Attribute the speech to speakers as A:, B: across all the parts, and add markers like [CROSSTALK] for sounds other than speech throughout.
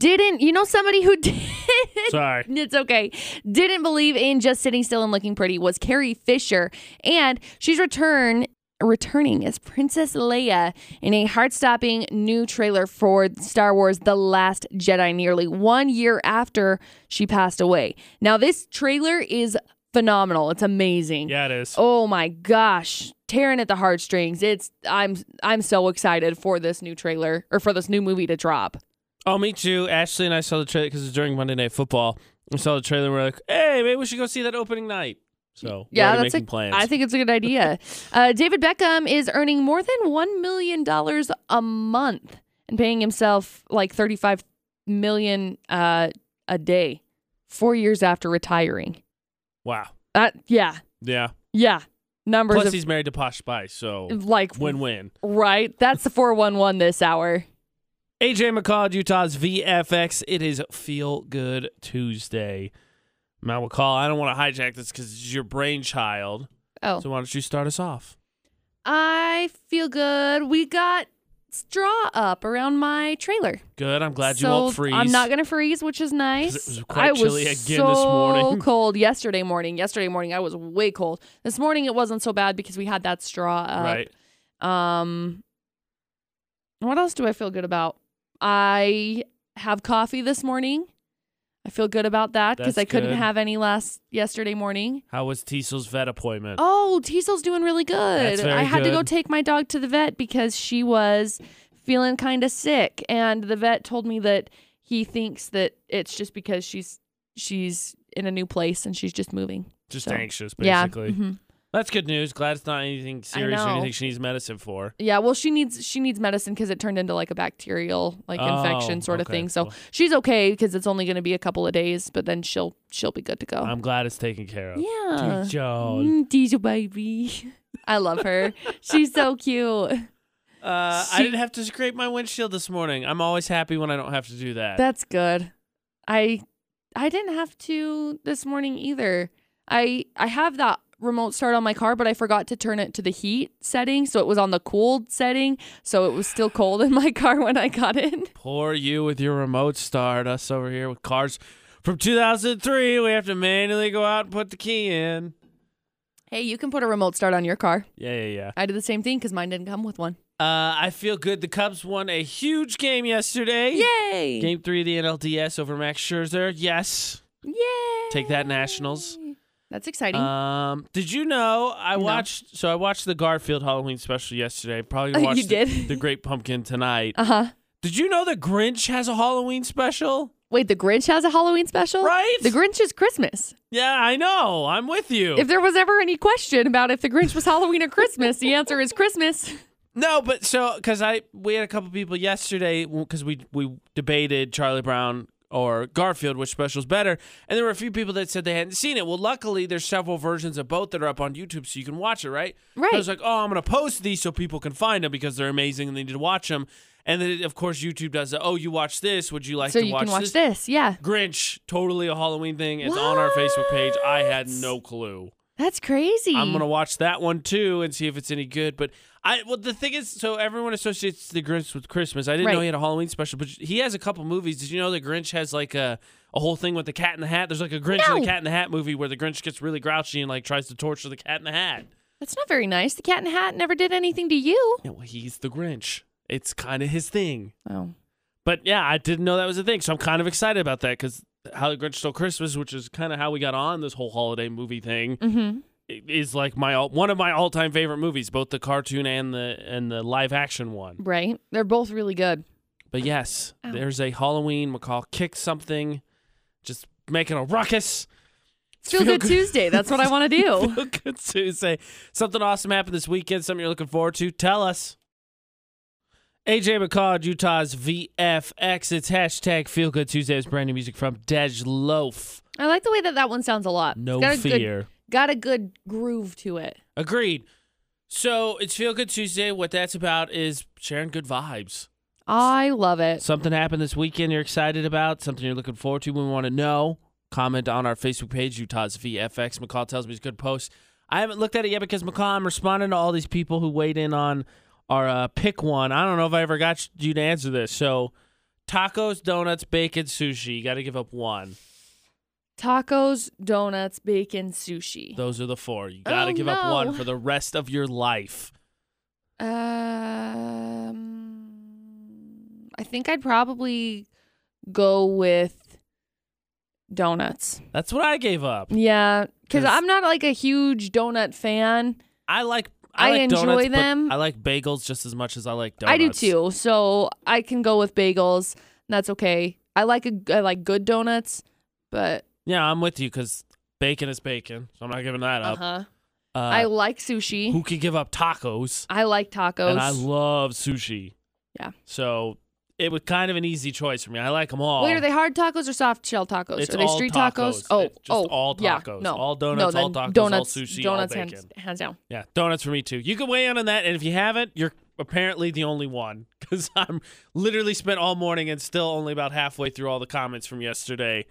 A: didn't, you know, somebody who [LAUGHS] did.
B: Sorry.
A: It's okay. Didn't believe in just sitting still and looking pretty was Carrie Fisher, and she's return returning as Princess Leia in a heart-stopping new trailer for Star Wars: The Last Jedi, nearly one year after she passed away. Now, this trailer is phenomenal. It's amazing.
B: Yeah, it is.
A: Oh my gosh, tearing at the heartstrings. It's I'm I'm so excited for this new trailer or for this new movie to drop.
B: Oh, me too. Ashley and I saw the trailer because it's during Monday Night Football. We saw the trailer. and We're like, hey, maybe we should go see that opening night. So we're
A: Yeah,
B: already
A: that's a-
B: making plans.
A: I think it's a good idea. uh, David Beckham is earning more than one million dollars a month and paying himself like thirty five million uh, a day, four years after retiring.
B: wow.
A: That yeah
B: Yeah.
A: yeah numbers
B: Plus,
A: of Mm-hmm.
B: he's married to Posh Spice, so
A: like
B: win-win.
A: right. That's the four one one this hour.
B: AJ McCall, Utah's VFX. It is Feel Good Tuesday. Matt McCall, I don't want to hijack this because it's your brainchild.
A: Oh,
B: So why don't you start us off?
A: I feel good. We got straw up around my trailer.
B: Good. I'm glad you
A: So
B: won't freeze.
A: I'm not gonna freeze, which is nice.
B: 'Cause it was quite
A: I
B: chilly
A: was
B: again this morning. [LAUGHS]
A: so cold yesterday morning. Yesterday morning I was way cold. This morning it wasn't so bad because we had that straw up.
B: right.
A: Um, what else do I feel good about? I have coffee this morning. I feel good about that because
B: That's
A: I couldn't
B: good.
A: have any last yesterday morning.
B: How was Teasel's vet appointment?
A: Oh, Teasel's doing really good.
B: That's very
A: I had to go
B: good.
A: take my dog to the vet because she was feeling kind of sick, and the vet told me that he thinks that it's just because she's she's in a new place and she's just moving.
B: Just
A: so-
B: anxious,
A: Yeah,
B: basically.
A: mhm.
B: That's good news. Glad it's not anything serious or
A: know.
B: anything she needs medicine for.
A: yeah. Well, she needs she needs medicine because it turned into like a bacterial like infection
B: Oh,
A: sort of
B: okay,
A: thing. So
B: cool.
A: she's okay because it's only going to be a couple of days, but then she'll she'll be good to go.
B: I'm glad it's taken care of.
A: yeah.
B: Teasel.
A: Mm, Teasel baby. [LAUGHS] I love her. she's so cute.
B: Uh, I
A: She-
B: didn't have to scrape my windshield this morning. I'm always happy when I don't have to do that.
A: That's good. I I didn't have to this morning either. I I have that remote start on my car, but I forgot to turn it to the heat setting, so it was on the cooled setting, so it was still cold in my [LAUGHS] car when I got in.
B: Poor you with your remote start. Us over here with cars from 2003. We have to manually go out and put the key in.
A: Hey, you can put a remote start on your car.
B: Yeah, yeah, yeah.
A: I did the same thing because mine didn't come with one.
B: Uh, I feel good. The Cubs won a huge game yesterday.
A: Yay!
B: Game three of the NLDS over Max Scherzer. Yes.
A: Yay!
B: Take that, Nationals.
A: That's exciting.
B: Um, did you know I
A: No.
B: watched? So I watched the Garfield Halloween special yesterday.
A: [LAUGHS]
B: Probably
A: You
B: gonna watch the,
A: did?
B: the Great Pumpkin tonight.
A: Uh huh.
B: Did you know the Grinch has a Halloween special?
A: Wait, the Grinch has a Halloween special?
B: Right?
A: The Grinch is Christmas.
B: Yeah, I know. I'm with you.
A: If there was ever any question about if the Grinch was Halloween or Christmas, the answer is Christmas.
B: No, but so because I we had a couple people yesterday because we we debated Charlie Brown or Garfield which special's better, and there were a few people that said they hadn't seen it. Well, luckily there's several versions of both that are up on YouTube, so you can watch it. Right?
A: Right.
B: I was like, oh, I'm gonna post these so people can find them because they're amazing and they need to watch them. And then of course YouTube does the oh you watch this would you like
A: so
B: to
A: you
B: watch,
A: can watch
B: this?
A: this. Yeah,
B: Grinch totally a Halloween thing. It's on our Facebook page. I had
A: What?
B: no clue.
A: that's crazy.
B: I'm gonna watch that one too and see if it's any good. But I well the thing is, so everyone associates the Grinch with Christmas. I didn't know
A: Right.
B: he had a Halloween special, but he has a couple movies. Did you know the Grinch has like a a whole thing with the Cat in the Hat? There's like a Grinch and
A: No.
B: the Cat in the Hat movie where the Grinch gets really grouchy and like tries to torture the Cat in the Hat.
A: That's not very nice. The Cat in the Hat never did anything to you.
B: Yeah, well, he's the Grinch. It's kind of his thing.
A: Oh,
B: But yeah, I didn't know that was a thing, so I'm kind of excited about that because How the Grinch Stole Christmas, which is kind of how we got on this whole holiday movie thing.
A: mm-hmm.
B: is like my all, one of my all time favorite movies, both the cartoon and the and the live action one.
A: right. They're both really good.
B: But yes,
A: Ow.
B: there's a Halloween McCall kick something, just making a ruckus.
A: Feel,
B: Feel
A: Good
B: good-
A: Tuesday. That's what I
B: [LAUGHS]
A: want to do.
B: Good Tuesday. Something awesome happened this weekend. Something you're looking forward to. Tell us. AJ McCall, Utah's VFX. It's hashtag Feel Good Tuesday. It's brand new music from Dej Loaf.
A: I like the way that that one sounds a lot.
B: No
A: Got a good-
B: fear.
A: got a good groove to it.
B: Agreed. So it's Feel Good Tuesday. What that's about is sharing good vibes.
A: I love it.
B: Something happened this weekend you're excited about, something you're looking forward to, we want to know. Comment on our Facebook page, Utah's VFX. McCall tells me it's a good post. I haven't looked at it yet because McCall, I'm responding to all these people who weighed in on our uh, pick one. I don't know if I ever got you to answer this. So Tacos, donuts, bacon, sushi. You got to give up one.
A: Tacos, donuts, bacon, sushi.
B: Those are the four. You got to
A: Oh,
B: give up one
A: no.
B: for the rest of your life.
A: Um, I think I'd probably go with donuts.
B: That's what I gave up.
A: Yeah, because
B: 'Cause-
A: I'm not like a huge donut fan.
B: I like. I,
A: I
B: like
A: enjoy
B: donuts, but
A: them.
B: I like bagels just as much as I like donuts.
A: I do too, so I can go with bagels. And that's okay. I like a I like good donuts, but
B: Yeah, I'm with you because bacon is bacon, so I'm not giving that
A: uh
B: up.
A: huh.
B: Uh,
A: I like sushi.
B: who could give up tacos?
A: I like tacos.
B: And I love sushi.
A: Yeah.
B: So it was kind of an easy choice for me. I like them all.
A: Wait, are they hard tacos or soft shell tacos?
B: It's
A: are they
B: all
A: street
B: tacos.
A: tacos? Oh,
B: It's just
A: oh,
B: all
A: yeah,
B: tacos.
A: no,
B: All
A: No,
B: donuts, all
A: then
B: tacos, all
A: donuts,
B: sushi, all
A: donuts, Hands,
B: bacon.
A: hands down.
B: Yeah, donuts for me too. You can weigh in on that, and if you haven't, you're apparently the only one [LAUGHS] because I'm literally spent all morning and still only about halfway through all the comments from yesterday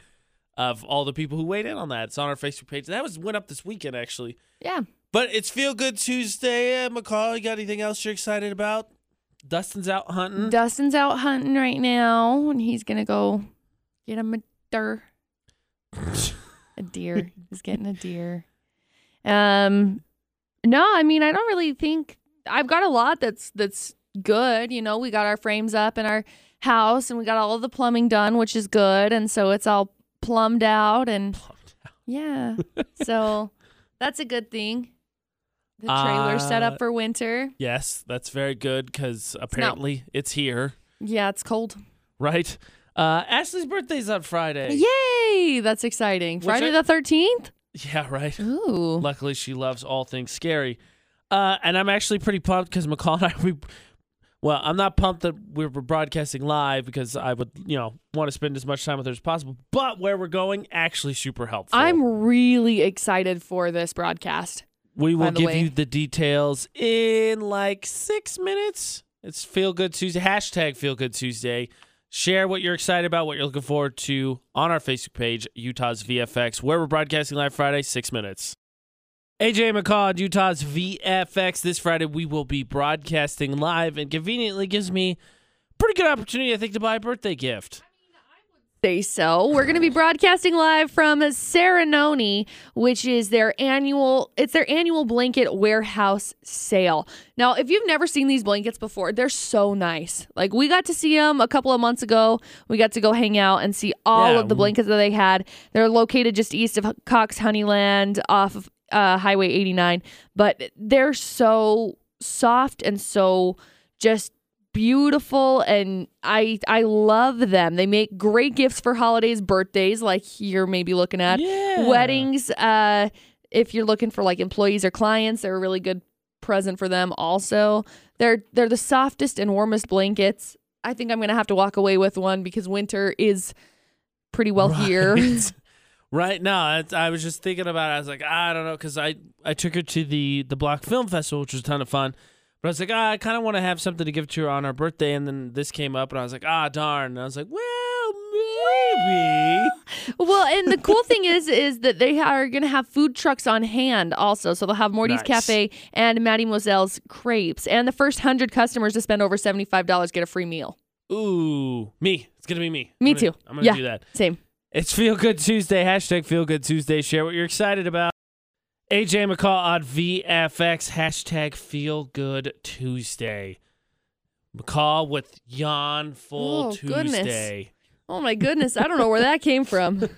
B: of all the people who weighed in on that. It's on our Facebook page. That was went up this weekend actually.
A: Yeah.
B: But it's Feel Good Tuesday. Uh, McCall, you got anything else you're excited about? Dustin's out hunting.
A: Dustin's out hunting right now, and he's gonna go get him a deer. A deer. he's getting a deer. Um, no, I mean, I don't really think I've got a lot that's that's good. You know, we got our frames up in our house, and we got all of the plumbing done, which is good, and so it's all plumbed out, and yeah, so that's a good thing. The trailer's set
B: Uh,
A: up for winter.
B: [LAUGHS] yes, that's very good because apparently it's here,
A: Yeah, it's cold.
B: right? Uh, Ashley's birthday's on Friday.
A: Yay! That's exciting.
B: Which
A: Friday
B: I-
A: the thirteenth.
B: Yeah, right.
A: Ooh.
B: Luckily, she loves all things scary. Uh, and I'm actually pretty pumped because McCall and I, we, well, I'm not pumped that we we're broadcasting live because I would, you know, want to spend as much time with her as possible. But where we're going, actually super helpful.
A: I'm really excited for this broadcast.
B: We will
A: the
B: give
A: way.
B: you the details in like six minutes. It's Feel Good Tuesday. Hashtag Feel Good Tuesday. Share what you're excited about, what you're looking forward to on our Facebook page, Utah's VFX, where we're broadcasting live Friday, six minutes. AJ McCall at Utah's VFX. This Friday, we will be broadcasting live and conveniently gives me pretty good opportunity, I think, to buy a birthday gift.
A: Say so. We're going to be broadcasting live from Serenoni, which is their annual. It's their annual blanket warehouse sale. Now, if you've never seen these blankets before, they're so nice. Like we got to see them a couple of months ago. We got to go hang out and see all
B: Yeah,
A: of the
B: we-
A: blankets that they had. They're located just east of Cox Honeyland off of uh, Highway 89, but they're so soft and so just beautiful and I I love them. They make great gifts for holidays, birthdays like you're maybe looking at,
B: Yeah.
A: weddings uh if you're looking for like employees or clients, they're a really good present for them also. They're they're the softest and warmest blankets. I think I'm going to have to walk away with one because winter is pretty well
B: [LAUGHS]
A: here.
B: Right. Right now, that's- I was just thinking about. it. I was like, I don't know, because I I took her to the the Block Film Festival, which was a ton of fun. But I was like, ah, I kind of want to have something to give to her on her birthday, and then this came up, and I was like, ah, darn. And I was like, well,
A: [LAUGHS]
B: maybe.
A: Well, and the cool thing is, is that they are going to have food trucks on hand also. So they'll have Morty's
B: Nice.
A: Cafe and Mademoiselle's Crepes. And the first 100 customers to spend over $75 get a free meal.
B: Ooh, me. It's gonna be me.
A: Me
B: I'm gonna-
A: too.
B: I'm gonna
A: Yeah.
B: do that.
A: Same.
B: It's Feel Good Tuesday. Hashtag Feel Good Tuesday. Share what you're excited about. AJ McCall on VFX. Hashtag Feel Good Tuesday. McCall with yawn full
A: Oh, goodness.
B: Tuesday.
A: Oh my goodness. I don't know where that came from.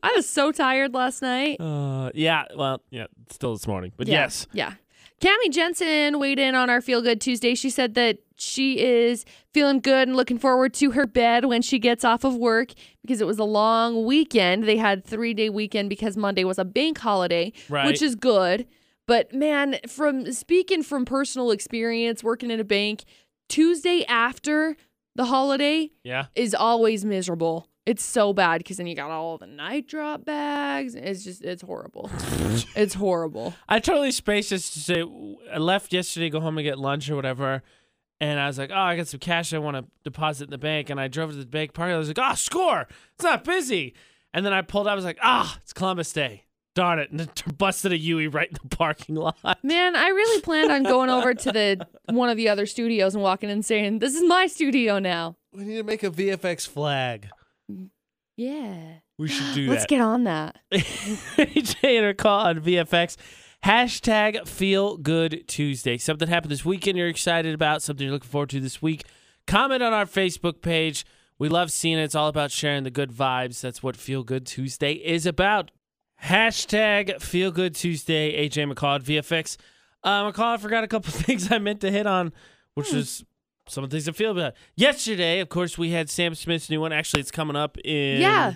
A: I was so tired last night.
B: Uh, yeah. Well, yeah. Still this morning, but
A: Yeah,
B: yes.
A: Yeah. Cammie Jensen weighed in on our Feel Good Tuesday. She said that she is feeling good and looking forward to her bed when she gets off of work because it was a long weekend. They had three day weekend because Monday was a bank holiday,
B: Right.
A: which is good. But man, from speaking from personal experience working in a bank, Tuesday after the holiday
B: Yeah.
A: is always miserable. It's so bad because then you got all the night drop bags. It's just, it's
B: [LAUGHS]
A: horrible. it's horrible.
B: I totally spaced this to say I left yesterday, go home and get lunch or whatever. And I was like, oh, I got some cash I want to deposit in the bank. And I drove to the bank parking lot. I was like, oh, score. It's not busy. And then I pulled out. I was like, ah, it's Columbus Day. Darn it. And it busted a Yui right in the [LAUGHS] parking lot.
A: Man, I
B: [LAUGHS]
A: really planned on going over to the one of the other studios and walking in and saying, "This is my studio now."
B: We need to make a VFX flag.
A: Yeah.
B: We should do
A: Let's
B: that.
A: get on that.
B: AJ and her call on VFX. Hashtag feel good Tuesday. Something happened this weekend you're excited about, something you're looking forward to this week. Comment on our Facebook page. We love seeing it. It's all about sharing the good vibes. That's what Feel Good Tuesday is about. Hashtag Feel Good Tuesday, AJ McCall at VFX. Uh, McCall, I forgot a couple [LAUGHS] things I meant to hit on, which is some of the things I feel about. Yesterday, of course, we had Sam Smith's new one. Actually, it's coming up in
A: Yeah.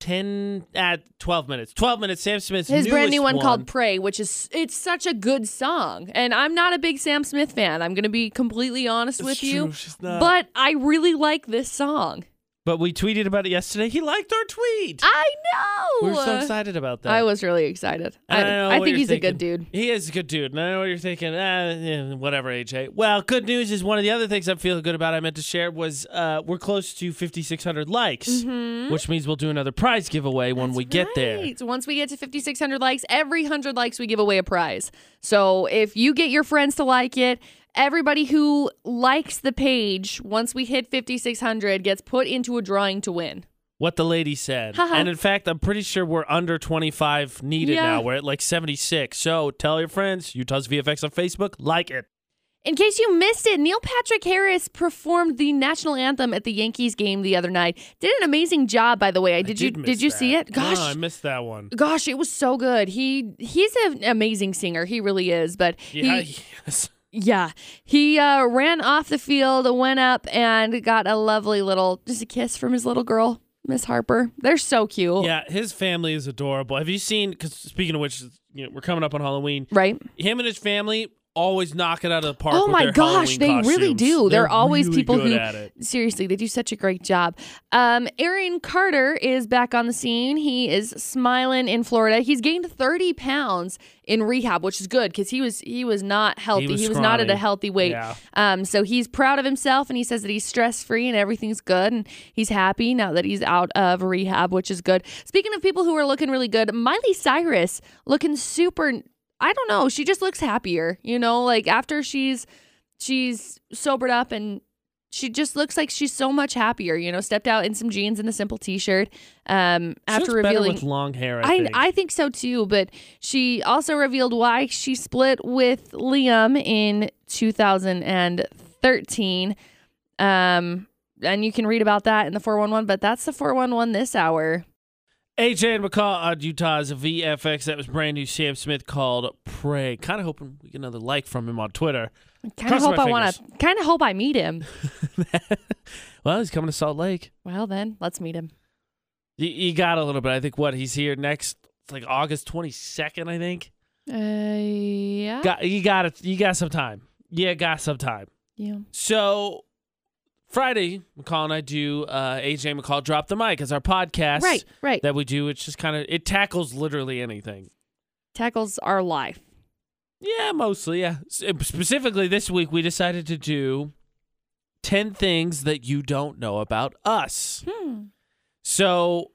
B: 10 at 12 ah, minutes 12 minutes sam smith's
A: His brand new
B: newest
A: one, called Pray, which is it's such a good song. And I'm not a big Sam Smith fan. I'm gonna be completely honest
B: It's
A: with
B: true,
A: you.
B: she's not.
A: But I really like this song.
B: but we tweeted about it yesterday he liked our tweet
A: I know.
B: we were so excited about that
A: I was really excited.
B: And I know
A: I, I
B: what
A: think
B: you're
A: he's a good
B: thinking.
A: dude.
B: He is a good dude. And I know what you're thinking. Ah, yeah, whatever, AJ. Well, good news is one of the other things I'm feeling good about I meant to share was uh, we're close to 5,600 likes, which means we'll do another prize giveaway when we get there.
A: Mm-hmm. Right. Once we get to 5,600 likes, every 100 likes we give away a prize. So if you get your friends to like it, everybody who likes the page, once we hit 5,600, gets put into a drawing to win.
B: What the lady said.
A: Haha.
B: and in fact, I'm pretty sure we're under 25 needed
A: Yeah.
B: now. We're at like 76. So tell your friends, Utah's VFX on Facebook, like it.
A: In case you missed it, Neil Patrick Harris performed the national anthem at the Yankees game the other night. Did an amazing job, by the way. I did, you
B: miss
A: did you
B: that.
A: see it? Gosh,
B: No, I missed that one.
A: gosh, it was so good. He he's an amazing singer. He really is. But
B: Yeah,
A: he,
B: yes.
A: Yeah. He uh, ran off the field, went up, and got a lovely little, just a kiss from his little girl, Miss Harper. They're so cute.
B: yeah, his family is adorable. Have you seen? Because speaking of which, you know, we're coming up on Halloween.
A: Right?
B: Him and his family always knock it out of the park.
A: oh
B: with
A: my
B: their
A: gosh,
B: Halloween
A: they really
B: costumes.
A: do. They're, always
B: really
A: people
B: good
A: who.
B: at it.
A: Seriously, they do such a great job. Um, Aaron Carter is back on the scene. He is smiling in Florida. He's gained 30 pounds in rehab, which is good because he was he was not healthy. He
B: was
A: was, not at a
B: scrawny.
A: healthy weight.
B: Yeah.
A: Um, so he's proud of himself and he says that he's stress free and everything's good and he's happy now that he's out of rehab, which is good. Speaking of people who are looking really good, Miley Cyrus looking super. I don't know. She just looks happier, you know. Like after she's she's sobered up and she just looks like she's so much happier. You know, stepped out in some jeans and a simple t-shirt. Um,
B: She
A: after
B: looks better
A: revealing
B: with long hair,
A: I,
B: I, think.
A: I think so too, but she also revealed why she split with Liam in 2013. Um, and you can read about that in the 411, but that's the 411 this hour.
B: AJ and McCall uh, on Utah's VFX. That was brand new Sam Smith called Pray. Kind of hoping we get another like from him on Twitter. [LAUGHS]
A: Kind of
B: Cross
A: hope
B: my
A: I want to, kind of hope I meet him.
B: well, he's coming to Salt Lake.
A: Well, then let's meet him.
B: You, you got a little bit. I think what he's here next, it's like August 22nd, I think.
A: Uh, yeah.
B: Got you got it. You got some time. Yeah, got some time.
A: yeah.
B: So Friday, McCall and I do uh, AJ McCall drop the mic as our podcast
A: Right, right.
B: that we do. It's just kind of it tackles literally anything.
A: Tackles our life.
B: Yeah, mostly. Yeah. S- eh, Specifically, this week we decided to do ten things that you don't know about us.
A: Hmm.
B: So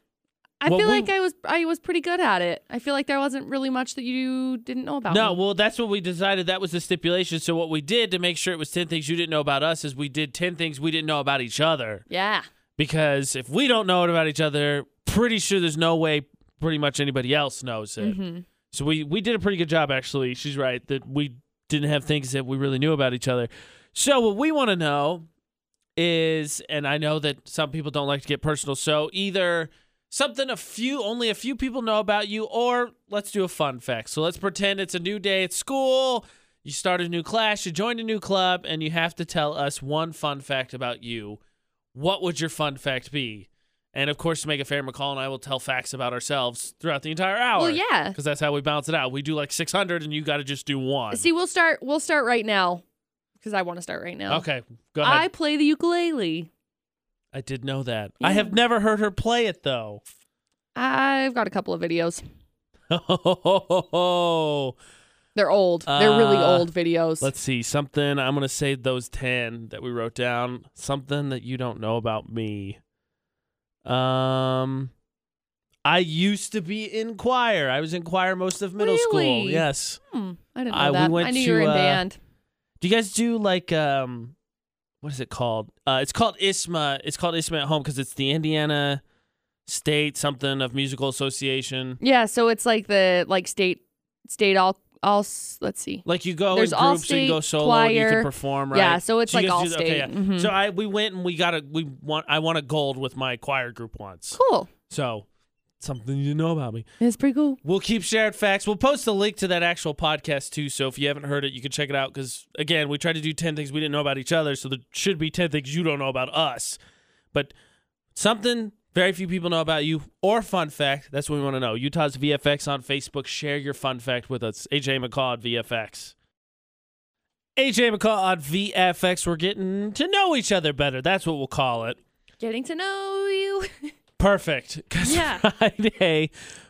A: I
B: Well,
A: feel
B: we-
A: like I was I was pretty good at it. I feel like there wasn't really much that you didn't know about.
B: No,
A: me.
B: well, that's what we decided. That was the stipulation. So what we did to make sure it was ten things you didn't know about us is we did ten things we didn't know about each other.
A: yeah.
B: Because if we don't know it about each other, pretty sure there's no way pretty much anybody else knows it.
A: hmm
B: So we we did a pretty good job actually. She's right that we didn't have things that we really knew about each other. So what we want to know is and I know that some people don't like to get personal. So either something a few only a few people know about you or let's do a fun fact. So let's pretend it's a new day at school. You start a new class, you join a new club and you have to tell us one fun fact about you. What would your fun fact be? And of course, to make it fair, McCall and I will tell facts about ourselves throughout the entire hour
A: Well, yeah.
B: because that's how we balance it out. We do like 600, and you got to just do one.
A: See, we'll start. We'll start right now because I want to start right now.
B: okay, go ahead.
A: I play the ukulele.
B: I, did know that. I
A: Yeah.
B: have never heard her play it though. [LAUGHS]
A: I've got a couple of videos.
B: Oh,
A: They're old. They're really
B: Uh,
A: old videos.
B: let's see something. I'm gonna say those ten that we wrote down. Something that you don't know about me. Um, I used to be in choir. I was in choir most of middle school.
A: Really?
B: Yes.
A: Hmm, I didn't know
B: I- we
A: that.
B: went uh,
A: I knew you were
B: to,
A: in
B: uh,
A: band.
B: Do you guys do like um what is it called? Uh, it's called ISMA. It's called ISMA at home because it's the Indiana State something of Musical Association.
A: Yeah, so it's like the like state state all all s- let's see.
B: Like you go
A: There's
B: in groups and you go
A: Allstate,
B: solo, and you
A: Choir.
B: can perform, right?
A: Yeah, so it's
B: you
A: like
B: guys do-
A: Allstate. Mhm.
B: So I we went and we got a we want I won a gold with my choir group once.
A: Cool.
B: So something you know about me.
A: It's pretty cool.
B: We'll keep sharing facts. We'll post a link to that actual podcast too. So if you haven't heard it, you can check it out. Because again, we tried to do ten things we didn't know about each other, so there should be ten things you don't know about us. But something very few people know about you or fun fact. That's what we want to know. Utah's VFX on Facebook. Share your fun fact with us. AJ McCall at VFX. AJ McCall on VFX. We're getting to know each other better. That's what we'll call it.
A: Getting to know you. [LAUGHS]
B: Perfect. [LAUGHS] 'Cause
A: Yeah.
B: Friday,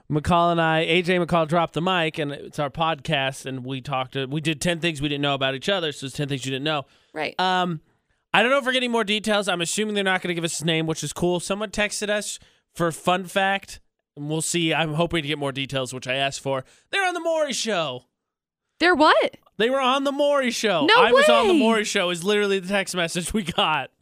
B: McCall and I, AJ McCall dropped the mic, and it's our podcast, and we talked. To, we did ten things we didn't know about each other. So it's ten things you didn't know.
A: right.
B: Um, I don't know if we're getting more details. I'm assuming they're not going to give us his name, which is cool. Someone texted us for fun fact, and we'll see. I'm hoping to get more details, which I asked for. They're on the Maury Show.
A: They're what?
B: They were on the Maury Show.
A: No
B: I was on the
A: way.
B: Maury Show. Is literally the text message we got. [LAUGHS]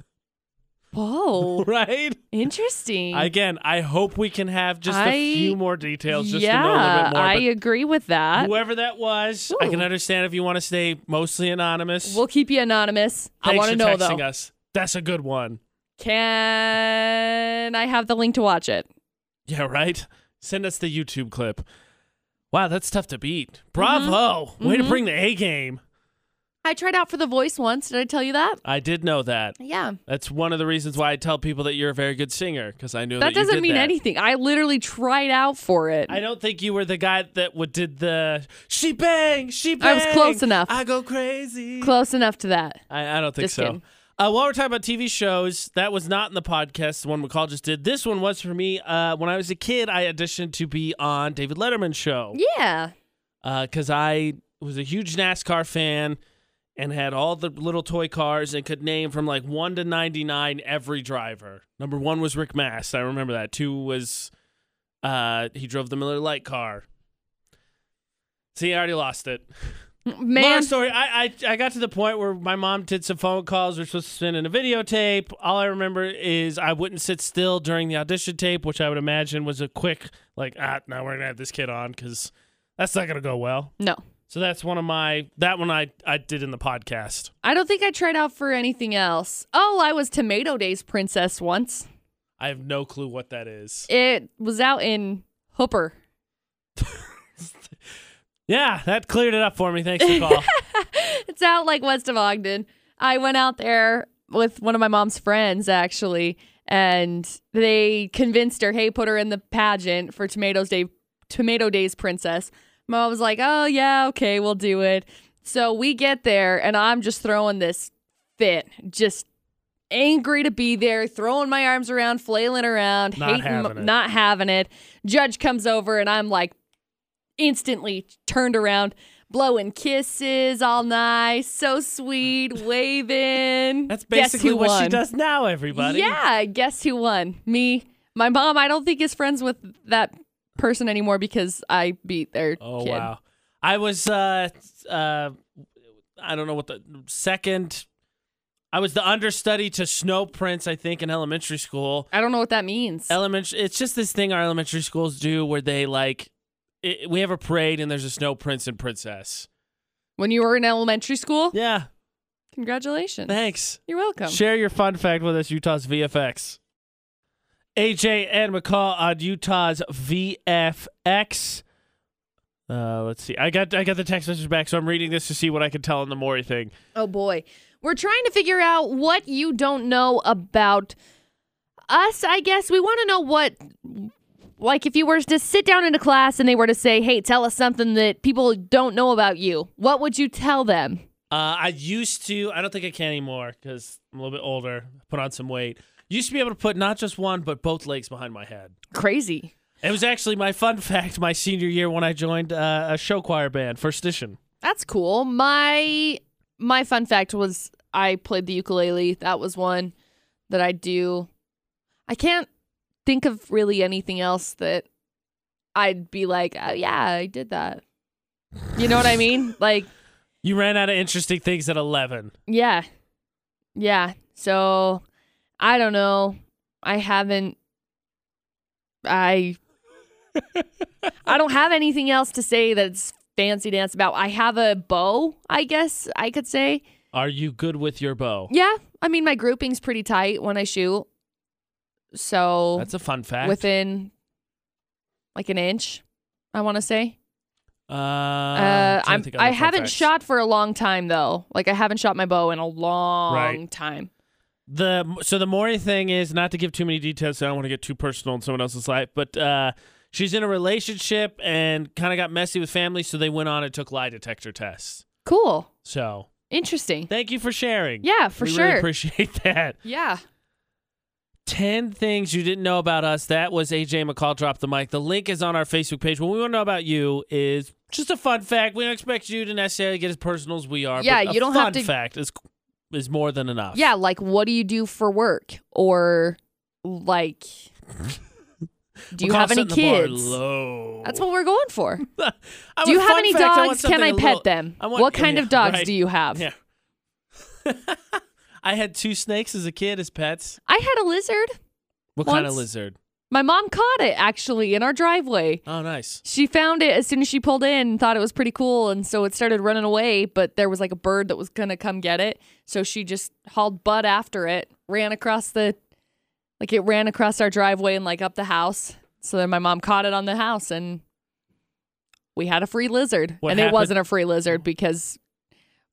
A: Whoa.
B: Right.
A: Interesting.
B: Again, I hope we can have just a
A: I-
B: few more details just
A: yeah,
B: to know a little bit more.
A: I
B: but
A: agree with that.
B: whoever that was, I can
A: Ooh.
B: understand if you want to stay mostly anonymous.
A: We'll keep you anonymous. I
B: Thanks
A: want to know
B: for texting
A: though.
B: us. That's a good one.
A: Can I have the link to watch it?
B: Yeah, right? Send us the YouTube clip. Wow, that's tough to beat. Bravo.
A: Mm-hmm.
B: Way to bring the A game.
A: I tried out for The Voice once. Did I tell you that?
B: I did know that.
A: Yeah.
B: That's one of the reasons why I tell people that you're a very good singer because I knew that,
A: That
B: you
A: doesn't
B: did
A: mean
B: that.
A: anything. I literally tried out for it.
B: I don't think you were the guy that would did the she bang, she
A: I
B: bang.
A: was close enough.
B: I go crazy.
A: Close enough to that.
B: I, I don't think
A: Just
B: so.
A: kidding.
B: Uh, while we're talking about TV shows, that was not in the podcast. The one McCall just did. This one was for me. Uh, when I was a kid, I auditioned to be on David Letterman's show
A: Yeah.
B: because I was a huge NASCAR fan and had all the little toy cars and could name from like one to ninety nine every driver. Number one was Rick Mast. I remember that. Two was uh, he drove the Miller Light car. See, I already lost it. Long
A: Man,
B: story. I, I I got to the point where my mom did some phone calls. We're supposed to send in a videotape. All I remember is I wouldn't sit still during the audition tape, which I would imagine was a quick like ah now we're gonna have this kid on because that's not gonna go well.
A: no.
B: So that's one of my that one I I did in the podcast.
A: I don't think I tried out for anything else. Oh, I was Tomato Days Princess once.
B: I have no clue what that is.
A: It was out in Hooper.
B: Yeah, that cleared it up for me. Thanks,
A: [LAUGHS]
B: McCall.
A: It's out like west of Ogden. I went out there with one of my mom's friends actually, and they convinced her, "Hey, put her in the pageant for Tomatoes Day, Tomato Days Princess." Mom was like, "Oh yeah, okay, we'll do it." So we get there, and I'm just throwing this fit, just angry to be there, throwing my arms around, flailing around,
B: Not
A: hating,
B: having it.
A: not having it. Judge comes over, and I'm like instantly turned around, blowing kisses all nice, so sweet,
B: [LAUGHS]
A: waving.
B: that's
A: Guess
B: basically
A: who
B: what she
A: won?
B: does now. Everybody.
A: Yeah, guess who won? Me. My mom, I don't think is friends with that person anymore because I beat their
B: Oh
A: kid.
B: wow. I was uh uh I don't know what the second I was the understudy to Snow Prince, I think, in elementary school.
A: I don't know what that means.
B: Elementary it's just this thing our elementary schools do where they like it, we have a parade and there's a snow prince and princess.
A: when you were in elementary school,
B: Yeah.
A: congratulations.
B: Thanks.
A: You're welcome.
B: Share your fun fact with us, Utah's VFX. AJ and McCall on Utah's VFX. Uh, let's see. I got I got the text message back, so I'm reading this to see what I can tell on the Maury thing.
A: Oh boy. We're trying to figure out what you don't know about us, I guess. We want to know what like if you were to sit down in a class and they were to say, "Hey, tell us something that people don't know about you." What would you tell them?
B: Uh, I used to. I don't think I can anymore because I'm a little bit older. Put on some weight. Used to be able to put not just one but both legs behind my head.
A: Crazy.
B: It was actually my fun fact. My senior year when I joined uh, a show choir band, First Edition.
A: That's cool. My my fun fact was I played the ukulele. That was one that I do. I can't think of really anything else that I'd be like, "Oh yeah, I did that." You know what I mean? Like
B: You ran out of interesting things at 11.
A: Yeah. Yeah. So I don't know. I haven't I I don't have anything else to say that's fancy dance about. I have a bow, I guess I could say.
B: Are you good with your bow?
A: Yeah. I mean my grouping's pretty tight when I shoot. So
B: That's a fun fact.
A: within like an inch, I wanna say.
B: uh,
A: Uh,
B: I'm trying to
A: I'm,
B: think of
A: I
B: other fun
A: haven't
B: facts.
A: shot for a long time though. Like I haven't shot my bow in a long
B: Right.
A: time.
B: the so the Maury thing is not to give too many details. So I don't want to get too personal in someone else's life, but uh, she's in a relationship and kind of got messy with family, so they went on and took lie detector tests.
A: Cool.
B: So
A: Interesting.
B: thank you for sharing.
A: Yeah, for
B: we
A: sure.
B: really appreciate [LAUGHS] that.
A: yeah.
B: 10 things you didn't know about us. That was AJ McCall. Drop the mic. The link is on our Facebook page. What we want to know about you is just a fun fact. We don't expect you to necessarily get as personal as we are.
A: Yeah,
B: but a
A: you don't
B: fun
A: have to-
B: fact is, is more than enough.
A: Yeah, like what do you do for work or
B: [LAUGHS]
A: like do you
B: McCall
A: have any
B: setting the bar
A: kids?
B: low. [LAUGHS]
A: That's what we're going for.
B: I
A: do you
B: want
A: have
B: fun
A: any
B: facts. I want
A: dogs? Can
B: something
A: I
B: a
A: pet
B: little-
A: them?
B: I want-
A: what kind
B: yeah,
A: of dogs
B: [LAUGHS] right.
A: do you have?
B: Yeah. I had two snakes as a kid as pets.
A: I had a lizard.
B: What kind of
A: Once-
B: lizard?
A: My mom caught it actually in our driveway.
B: Oh, nice.
A: She found it as soon as she pulled in, thought it was pretty cool, and so it started running away. But there was like a bird that was gonna come get it, so she just hauled butt after it, ran across the, like it ran across our driveway and like up the house. So then my mom caught it on the house, and we had a free lizard,
B: What
A: and it
B: happened-
A: wasn't a free lizard because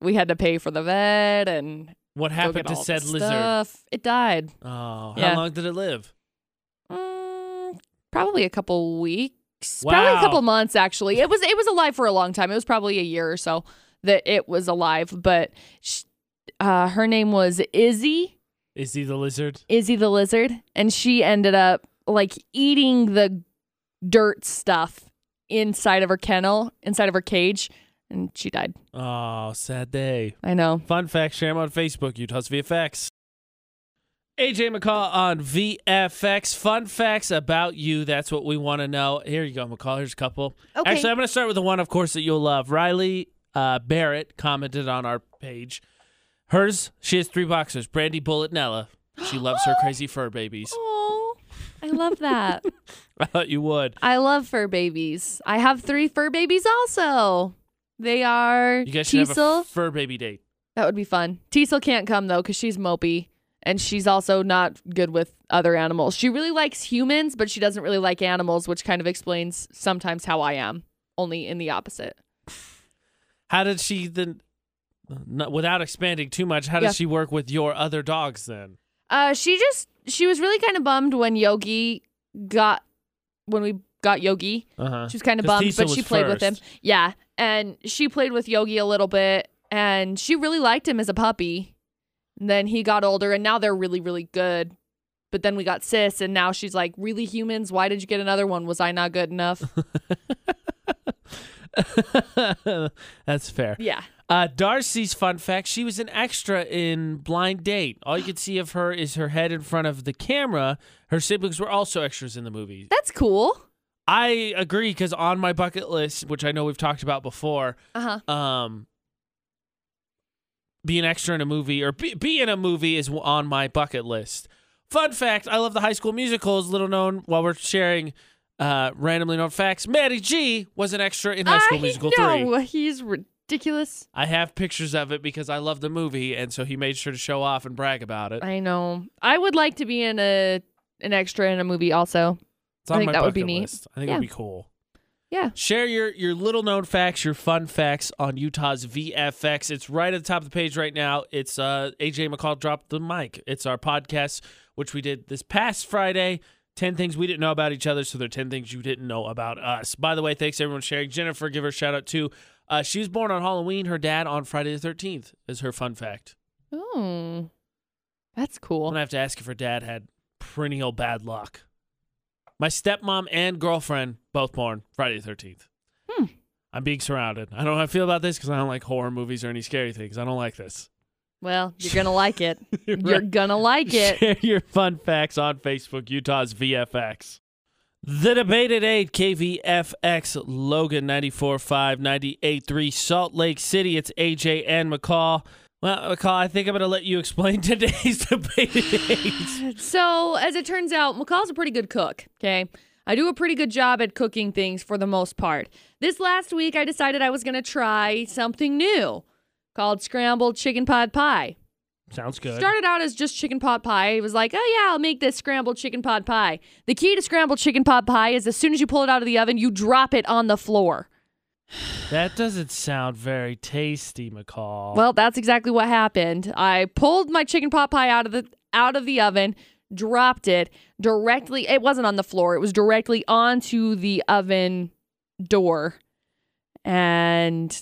A: we had to pay for the vet and
B: What
A: go
B: happened
A: get
B: to
A: all
B: said
A: the
B: lizard?
A: stuff. It died.
B: Oh, how
A: Yeah.
B: long did it live?
A: Mm, probably a couple weeks.
B: Wow.
A: Probably a couple months actually. It was it was alive for a long time. It was probably a year or so that it was alive, but sh uh, her name was Izzy,
B: Is he the lizard?
A: Izzy the lizard, and she ended up like eating the dirt stuff inside of her kennel, inside of her cage, and she died.
B: Oh, sad day.
A: I know.
B: Fun fact, share them on Facebook, Utah's VFX. AJ McCall on VFX. Fun facts about you. That's what we want to know. Here you go, McCall. Here's a couple.
A: Okay.
B: Actually, I'm going to start with the one, of course, that you'll love. Riley uh, Barrett commented on our page. Hers, she has three boxers Brandy, Bullet, Nella. She
A: [GASPS]
B: loves her crazy fur babies. [LAUGHS]
A: Oh, I love that.
B: I thought you would.
A: I love fur babies. I have three fur babies also. They are
B: You guys should have a
A: Teasel.
B: fur baby date.
A: that would be fun. Teasel can't come though because she's mopey and she's also not good with other animals. She really likes humans, but she doesn't really like animals, which kind of explains sometimes how I am, only in the opposite.
B: How did she then, not, without expanding too much, how
A: Yeah.
B: does she work with your other dogs then?
A: Uh, she just she was really kind of bummed when Yogi got when we got Yogi.
B: Uh huh.
A: She was kind of
B: 'Cause
A: bummed,
B: Tisa
A: but
B: was
A: she played with him.
B: first.
A: Yeah. And she played with Yogi a little bit and she really liked him as a puppy. And then he got older and now they're really, really good. But then we got Sis and now she's like, Really humans? Why did you get another one? Was I not good enough?
B: [LAUGHS] [LAUGHS] That's fair.
A: yeah.
B: Uh, Darcy's fun fact: she was an extra in Blind Date. All you could see of her is her head in front of the camera. Her siblings were also extras in the movie.
A: That's cool.
B: I agree because on my bucket list, which I know we've talked about before,
A: Uh huh.
B: um, be an extra in a movie or be, be in a movie is on my bucket list. Fun fact: I love the High School Musical. Is little known while we're sharing uh, randomly known facts. Maddie G was an extra in High School Musical three.
A: No, he's ridiculous.
B: I have pictures of it because I love the movie, and so he made sure to show off and brag about it.
A: I know. I would like to be in a an extra in a movie also.
B: It's on
A: I think
B: my
A: that would be
B: bucket
A: neat.
B: list. I think
A: Yeah.
B: it'd be cool.
A: Yeah.
B: Share your your little known facts, your fun facts on Utah's VFX. It's right at the top of the page right now. It's uh, AJ McCall dropped the mic. It's our podcast, which we did this past Friday. Ten things we didn't know about each other, so they're ten things you didn't know about us. By the way, thanks everyone for sharing. Jennifer, give her a shout out too. Uh, she was born on Halloween. Her dad on Friday the thirteenth is her fun fact.
A: Oh. That's
B: I'm
A: cool.
B: gonna have to ask if her dad had perennial bad luck. My stepmom and girlfriend both born Friday the thirteenth.
A: Hmm.
B: I'm being surrounded. I don't know how I feel about this because I don't like horror movies or any scary things. I don't like this.
A: Well, you're gonna like
B: [LAUGHS]
A: it.
B: You're
A: You're gonna like it.
B: [LAUGHS] Share your fun facts on Facebook, Utah's VFX. The debate at 8, KVFX, Logan 94.5, 98.3, Salt Lake City. It's AJ and McCall. Well, McCall, I think I'm going to let you explain [LAUGHS] today's debate.
A: So, as it turns out, McCall's a pretty good cook, okay? I do a pretty good job at cooking things for the most part. This last week, I decided I was going to try something new called scrambled chicken pot pie.
B: Sounds good.
A: Started out as just chicken pot pie. It was like, oh, yeah, I'll make this scrambled chicken pot pie. The key to scrambled chicken pot pie is as soon as you pull it out of the oven, you drop it on the floor.
B: That doesn't sound very tasty, McCall.
A: Well, that's exactly what happened. I pulled my chicken pot pie out of the out of the oven, dropped it directly. It wasn't on the floor. It was directly onto the oven door. And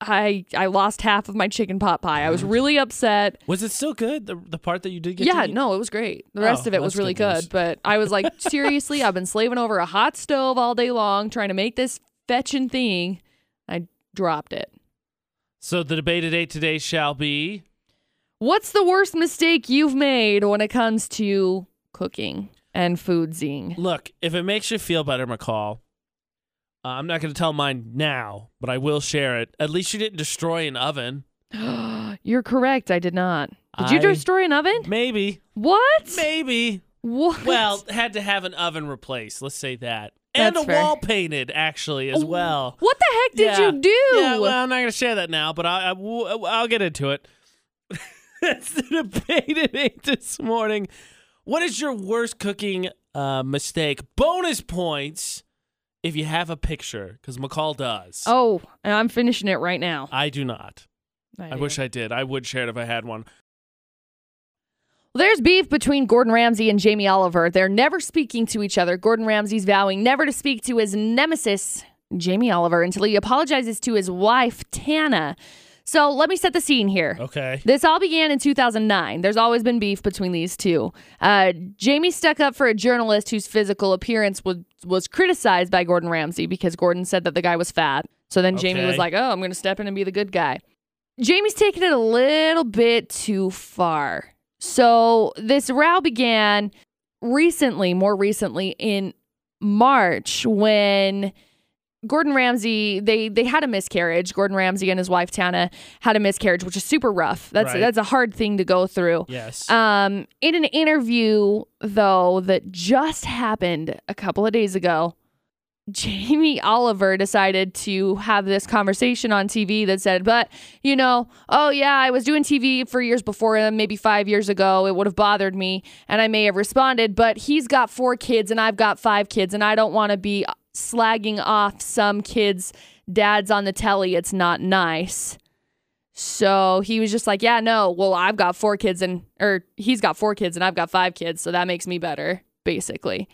A: I I lost half of my chicken pot pie. I was really upset.
B: was it still good? The, the part that you did get
A: yeah,
B: to eat?
A: no, it was great. The
B: Oh,
A: rest of it was
B: that's
A: really
B: good
A: good,
B: news.
A: but I
B: [LAUGHS]
A: was like, seriously, I've been slaving over a hot stove all day long trying to make this fetching thing. I dropped it.
B: So the debate at eight today shall be
A: What's the worst mistake you've made when it comes to cooking and food zing?
B: Look, if it makes you feel better, McCall, uh, I'm not going to tell mine now, but I will share it. At least you didn't destroy an oven.
A: [GASPS] You're correct. I did not. Did you
B: I-
A: destroy an oven?
B: Maybe.
A: What?
B: Maybe.
A: What?
B: Well, had to have an oven replaced. Let's say that. and
A: That's
B: a
A: fair. Oh.
B: wall painted, actually, as well.
A: what the heck did
B: Yeah.
A: you do?
B: Yeah, well, I'm not going to share that now, but I, I, will I'll get into it. [LAUGHS] That's the debate at 8 this morning. What is your worst cooking uh, mistake? Bonus points if you have a picture, because McCall does.
A: oh, and I'm finishing it right now.
B: I do not. I
A: do.
B: wish I did. I would share it if I had one.
A: Well, There's beef between Gordon Ramsay and Jamie Oliver. They're never speaking to each other. Gordon Ramsay's vowing never to speak to his nemesis, Jamie Oliver, until he apologizes to his wife, Tana. So let me set the scene here.
B: Okay.
A: This all began in 2009. There's always been beef between these two. Uh, Jamie stuck up for a journalist whose physical appearance was was criticized by Gordon Ramsay because Gordon said that the guy was fat. So then Jamie was
B: Okay.
A: like, "Oh, I'm going to step in and be the good guy." Jamie's taking it a little bit too far. So this row began recently, more recently in March when Gordon Ramsay they they had a miscarriage. Gordon Ramsay and his wife Tana had a miscarriage, which is super rough. That's
B: Right.
A: that's a hard thing to go through.
B: Yes.
A: Um, in an interview though that just happened a couple of days ago, Jamie Oliver decided to have this conversation on TV that said, "But you know, oh yeah, I was doing TV for years before, and maybe five years ago, it would have bothered me, and I may have responded. But he's got four kids, and I've got five kids, and I don't want to be slagging off some kids' dads on the telly. It's not nice." So he was just like, "Yeah, no, well, I've got four kids, and or he's got four kids, and I've got five kids, so that makes me better." Basically,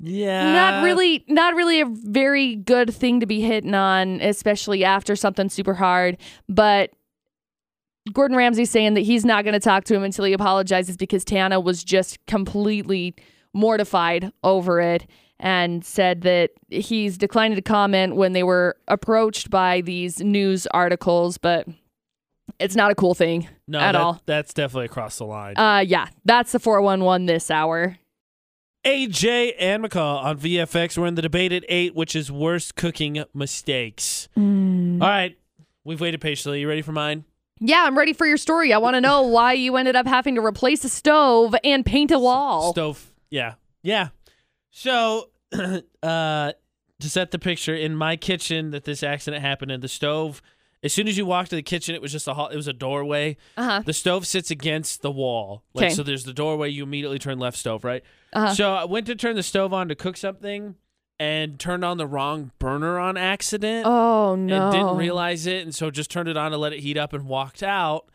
B: yeah.
A: not really not really a very good thing to be hitting on especially after something super hard but gordon ramsay's saying that he's not going to talk to him until he apologizes because tana was just completely mortified over it and said that he's declined to comment when they were approached by these news articles but it's not a cool thing
B: no,
A: at
B: that-
A: all.
B: That's definitely across the line.
A: uh yeah that's the 411 this hour
B: AJ and McCall on VFX. We're in the debate at eight, which is worst cooking mistakes.
A: Hmm.
B: All right. We've waited patiently. You ready for mine?
A: Yeah, I'm ready for your story. I want to know why you ended up having to replace a stove and paint a wall.
B: Stove. Yeah. Yeah. So, [CLEARS THROAT] uh, to set the picture, in my kitchen that this accident happened in, the stove, as soon as you walked to the kitchen, it was just a hall, it was a doorway.
A: Uh-huh.
B: The stove sits against the wall. Like,
A: Okay.
B: so there's the doorway, you immediately turn left stove, right?
A: Uh-huh.
B: So I went to turn the stove on to cook something and turned on the wrong burner on accident.
A: Oh no.
B: and didn't realize it, and so just turned it on to let it heat up and walked out.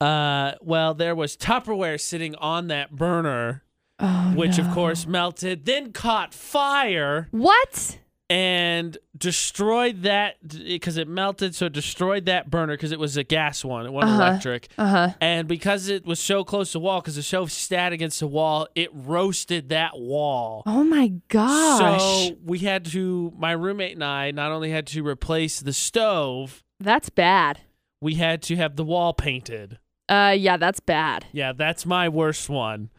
B: Uh, well, there was Tupperware sitting on that burner,
A: Oh,
B: which
A: no.
B: of course melted, then caught fire
A: What?
B: and destroyed that because it melted, so it destroyed that burner because it was a gas one, it wasn't
A: Uh-huh.
B: electric.
A: Uh-huh.
B: And because it was so close to the wall, because the stove sat against the wall, it roasted that wall.
A: Oh my gosh.
B: So we had to, my roommate and I, not only had to replace the stove,
A: that's bad.
B: we had to have the wall painted.
A: Uh yeah, that's bad.
B: Yeah, that's my worst one.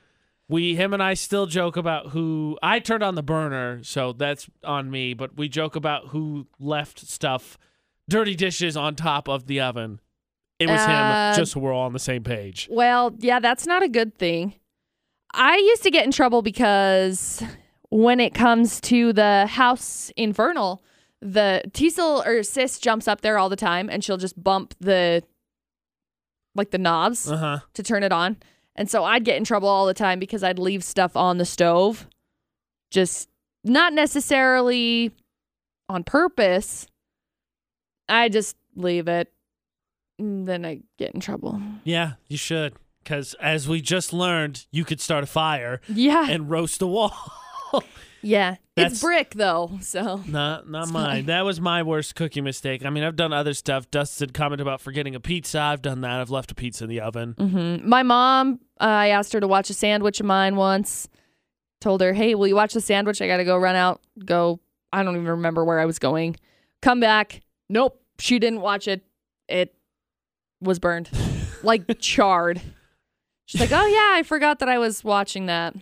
B: We him and I still joke about who I turned on the burner, so that's on me, but we joke about who left stuff dirty dishes on top of the oven. It was
A: Uh,
B: him, just so we're all on the same page.
A: Well, yeah, that's not a good thing. I used to get in trouble because when it comes to the house infernal, the Teasel or Sis jumps up there all the time and she'll just bump the like the knobs
B: Uh huh.
A: to turn it on. And so I'd get in trouble all the time because I'd leave stuff on the stove. Just not necessarily on purpose. I just leave it. And Then I get in trouble. [LAUGHS]
B: Yeah, you should. Because as we just learned, you could start a fire
A: Yeah.
B: and roast a wall.
A: Yeah.
B: That's-
A: it's brick though, so
B: not not
A: It's
B: mine.
A: fine.
B: That was my worst cooking mistake. I mean, I've done other stuff. Dustin commented about forgetting a pizza. I've done that. I've left a pizza in the oven.
A: hmm my mom, I asked her to watch a sandwich of mine once. Told her, "Hey, will you watch the sandwich? I got to go run out. Go. I don't even remember where I was going. Come back. Nope. She didn't watch it. It was [LAUGHS] burned, like charred. She's like, "Oh yeah, I forgot that I was watching that."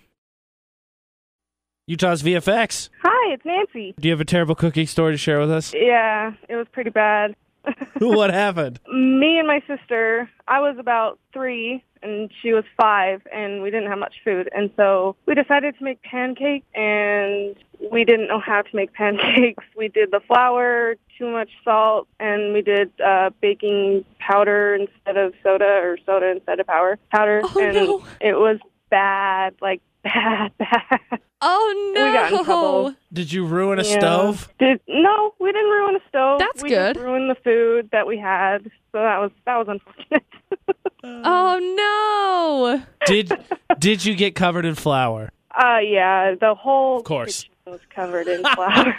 B: Utah's VFX.
C: Hi, it's Nancy.
B: Do you have a terrible cooking story to share
A: [LAUGHS]
B: with us? [LAUGHS]
C: Yeah, it was pretty bad. [LAUGHS]
B: what happened?
C: Me and my sister, I was about three and she was five and we didn't have much food and so we decided to make pancakes and we didn't know how to make [LAUGHS] pancakes. We did the flour, too much salt, and we did uh, baking powder instead of soda or soda instead of powder. Powder
A: Oh,
C: and
A: no.
C: it was bad, like [LAUGHS] bad, bad.
A: Oh no!
C: got in trouble.
B: Did you ruin a
C: Yeah.
B: stove?
C: Did no, we didn't ruin a stove.
A: That's
C: we
A: good.
C: Just ruined the food that we had, so that was that was unfortunate. [LAUGHS]
A: Oh no! [LAUGHS]
B: Did did you get covered in flour?
C: uh, yeah, the whole
B: Of course.
C: kitchen was covered
B: [LAUGHS]
C: in flour.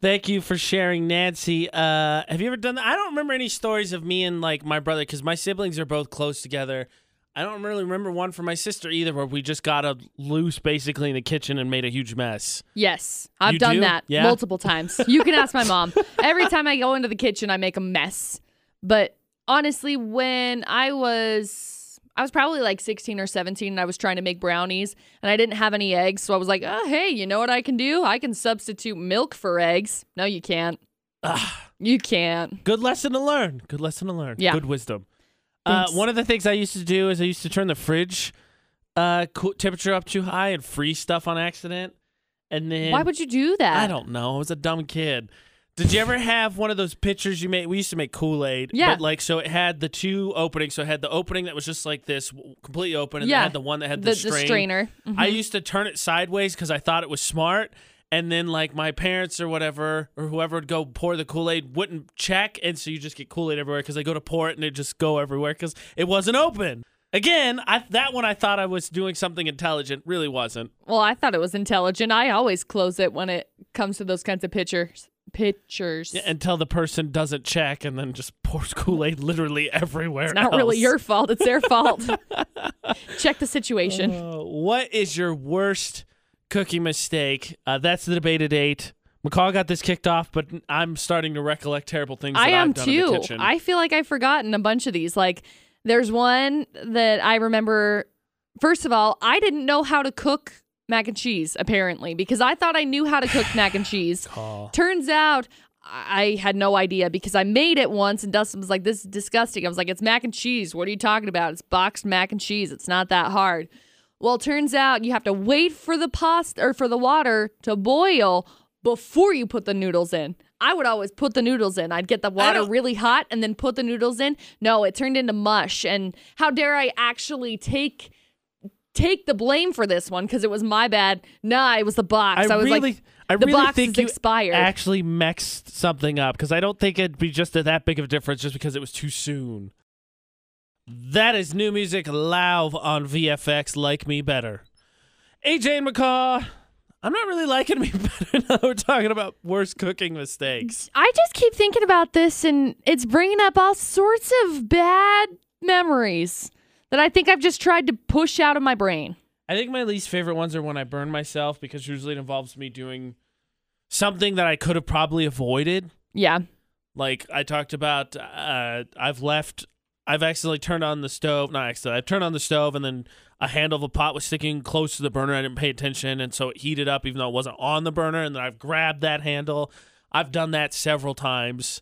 B: Thank you for sharing, Nancy. Uh, have you ever done that? I don't remember any stories of me and like my brother because my siblings are both close together. I don't really remember one for my sister either, where we just got a loose basically in the kitchen and made a huge mess.
A: Yes, I've
B: You
A: done
B: do?
A: that
B: Yeah?
A: multiple times. You can ask my
B: [LAUGHS]
A: mom. Every time I go into the kitchen, I make a mess. But honestly, when I was I was probably like 16 or 17 and I was trying to make brownies and I didn't have any eggs, so I was like, "Oh, hey, you know what I can do? I can substitute milk for eggs." No, you can't. You can't.
B: Good lesson to learn. Good lesson to learn.
A: Yeah.
B: Good wisdom. Uh,
A: Thanks.
B: one of the things I used to do is I used to turn the fridge uh, coo- temperature up too high and freeze stuff on accident. And then
A: Why would you do that?
B: I don't know. I was a dumb kid. Did you ever have one of those pictures you made? We used to make Kool Aid.
A: Yeah.
B: But like, so it had the two openings. So it had the opening that was just like this, w- completely open, and then it
A: Yeah.
B: had the one that had
A: The,
B: the,
A: the
B: strain.
A: strainer. Mhm.
B: I used to turn it sideways because I thought it was smart. And then like my parents or whatever or whoever would go pour the Kool Aid wouldn't check, and so you just get Kool Aid everywhere because they go to pour it and it just go everywhere because it wasn't open. Again, I, that one I thought I was doing something intelligent, really wasn't.
A: Well, I thought it was intelligent. I always close it when it comes to those kinds of pictures. Pictures.
B: Yeah, until the person doesn't check and then just pours [LAUGHS] Kool Aid literally everywhere.
A: It's not really your fault. It's their
B: [LAUGHS]
A: fault. Check the
B: Mm.
A: situation.
B: Uh, what is your worst cooking mistake? Uh, that's the debate at eight. McCall got this kicked off, but I'm starting to recollect terrible things.
A: I
B: that
A: am
B: I've done In the
A: too.
B: kitchen.
A: I feel like I've forgotten a bunch of these. Like, there's one that I remember. First of all, I didn't know how to cook mac and cheese, apparently, because I thought I knew how to cook mac and cheese.
B: Oh.
A: Turns out I I had no idea because I made it once and Dustin was like, this is disgusting. I was like, it's mac and cheese. What are you talking about? It's boxed mac and cheese. It's not that hard. Well, turns out you have to wait for the pasta or for the water to boil before you put the noodles in. I would always put the noodles in. I'd get the water
B: don't-
A: really hot and then put the noodles in. No, it turned into mush. And how dare I actually take take the blame for this one because it was my bad. Nah, it was the box. I, was
B: really,
A: like,
B: I
A: the
B: really
A: box
B: think
A: is
B: you
A: expired.
B: actually mixed something up because I don't think it'd be just a, that big of a difference just because it was too soon. That is new music live on VFX. Like me better, AJ and McCaw. I'm not really liking me [LAUGHS] better now. that We're talking about worst cooking mistakes.
A: I just keep thinking about this, and it's bringing up all sorts of bad memories that I think I've just tried to push out of my brain.
B: I think my least favorite ones are when I burn myself because usually it involves me doing something that I could have probably avoided.
A: Yeah.
B: Like I talked about, uh, I've left, I've accidentally turned on the stove. Not accidentally, I've turned on the stove, and then a handle of a pot was sticking close to the burner. I didn't pay attention, and so it heated up, even though it wasn't on the burner. And then I've grabbed that handle. I've done that several times.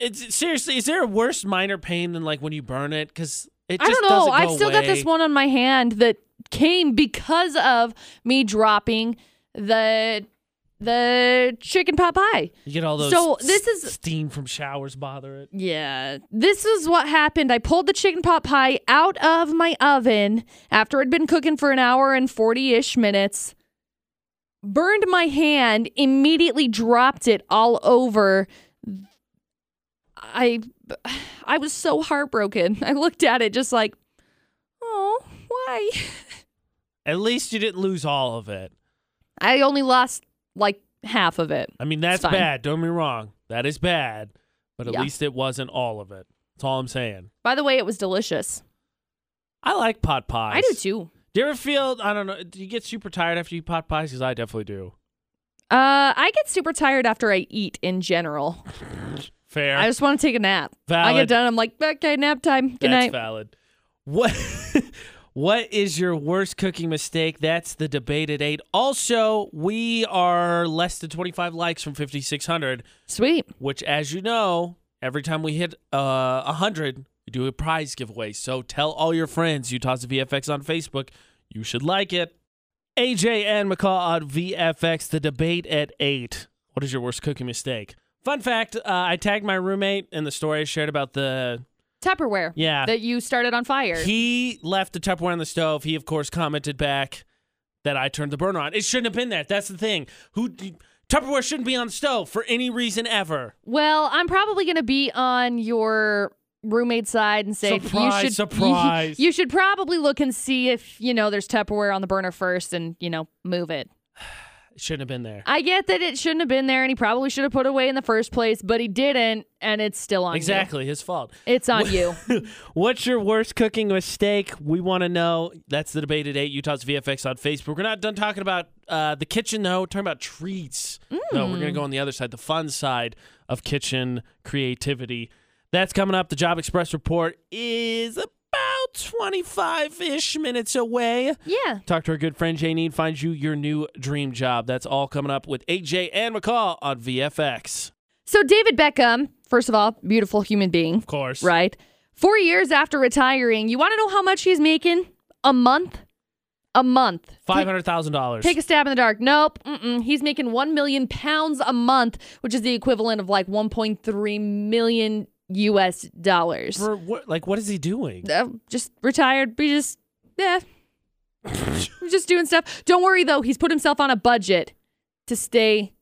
B: It's seriously. Is there a worse minor pain than like when you burn it? Because it
A: I
B: just
A: don't know.
B: doesn't
A: I've
B: go
A: still got this
B: away.
A: one on my hand that came because of me dropping the the chicken pot pie.
B: You get all those.
A: So
B: s-
A: this is-
B: steam from showers bother it.
A: Yeah, this is what happened. I pulled the chicken pot pie out of my oven after it'd been cooking for an hour and 40 ish minutes, burned my hand, immediately dropped it all over. I, I was so heartbroken. I looked at it just like, oh, why?
B: At least you didn't lose all of it.
A: I only lost like half of it.
B: I mean, that's
A: fine.
B: bad. Don't get me wrong. That is bad. But at
A: Yeah.
B: least it wasn't all of it. That's all I'm saying.
A: By the way, it was delicious.
B: I like pot pies.
A: I do too.
B: Do you ever feel, I don't know, do you get super tired after you eat pot pies? Because I definitely do.
A: Uh, I get super tired after I eat in general.
B: Fair.
A: I just want to take a nap. I
B: Valid.
A: get done. I'm like, okay, nap time. Good
B: that's
A: night.
B: valid. What [LAUGHS] What is your worst cooking mistake? That's the debate at eight. Also, we are less than 25 likes from 5,600,
A: Sweet.
B: which, as you know, every time we hit uh, 100, we do a prize giveaway. So tell all your friends Utah's VFX on Facebook. You should like it. AJ and McCall on VFX, the debate at eight. What is your worst cooking mistake? Fun fact uh, I tagged my roommate in the story I shared about the.
A: Tupperware
B: Yeah.
A: that you started on fire.
B: He left the Tupperware on the stove. He, of course, commented back that I turned the burner on. It shouldn't have been there. That's the thing. Who Tupperware shouldn't be on the stove for any reason ever.
A: well, I'm probably going to be on your roommate's side and say
B: Surprise,
A: you should [LAUGHS]
B: surprise.
A: You, should probably look and see if, you know, there's Tupperware on the burner first and, you know, move it.
B: It shouldn't have been there.
A: I get that it shouldn't have been there and he probably should have put it away in the first place, but he didn't and it's still on you.
B: Exactly, his fault.
A: It's on you. [LAUGHS]
B: What's your worst cooking mistake? We want to know. That's the debate at 8 Utah's VFX on Facebook. We're not done talking about uh, the kitchen, though. We're talking about treats. No, we're going
A: Mm.
B: to go on the other side, the fun side of kitchen creativity. That's coming up. The Job Express report is about 25 ish minutes away.
A: Yeah.
B: Talk to our good friend Janine, finds you your new dream job. That's all coming up with AJ and McCall on VFX.
A: So David Beckham, first of all, beautiful human being.
B: Of course.
A: Right. Four years after retiring, you want to know how much he's making a month? A month.
B: $500,000.
A: Take a stab in the dark. Nope. Mm-mm. He's making one million pounds a month, which is the equivalent of like 1.3 million U.S. dollars.
B: For what, like, what is he doing?
A: Uh, just retired. We just yeah. We're just doing stuff. Don't worry though. He's put himself on a budget to stay.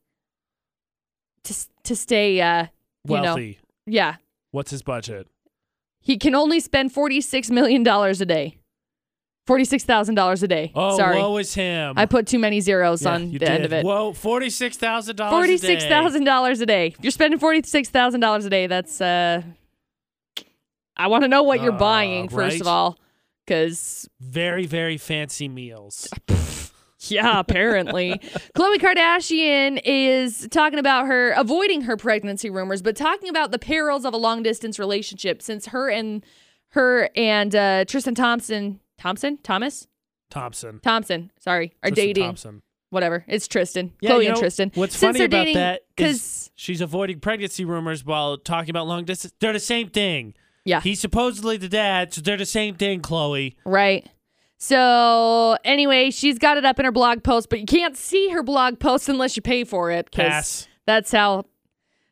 A: To s- to stay. Uh, you know,
B: Wealthy.
A: yeah.
B: What's his budget?
A: He can only spend $46 million a day. $46,000 a day.
B: Oh,
A: Sorry.
B: woe is him.
A: I put too many zeros
B: Yeah,
A: on
B: you
A: the end of
B: did.
A: it.
B: Whoa, forty-six thousand dollars.
A: $46,000 a day. If you're spending $46,000 a day, that's uh I want to know what you're
B: Uh,
A: buying first
B: right?
A: of all cuz
B: Very, very fancy meals.
A: Yeah,
B: [LAUGHS]
A: apparently. Khloe Kardashian is talking about her avoiding her pregnancy rumors, but talking about the perils of a long distance relationship since her and her and uh, Tristan Thompson, Thompson, Thomas,
B: Thompson.
A: Thompson, sorry, are
B: Tristan
A: dating.
B: Thompson.
A: Whatever, it's Tristan,
B: Yeah,
A: Chloe
B: you
A: and
B: know,
A: Tristan.
B: What's
A: since
B: funny
A: they're
B: about
A: dating,
B: that is
A: because
B: she's avoiding pregnancy rumors while talking about long distance. They're the same thing.
A: yeah,
B: He's supposedly the dad, so they're the same thing, Chloe.
A: Right. So anyway, she's got it up in her blog post, but you can't see her blog post unless you pay for it. 'cause
B: Pass.
A: That's how.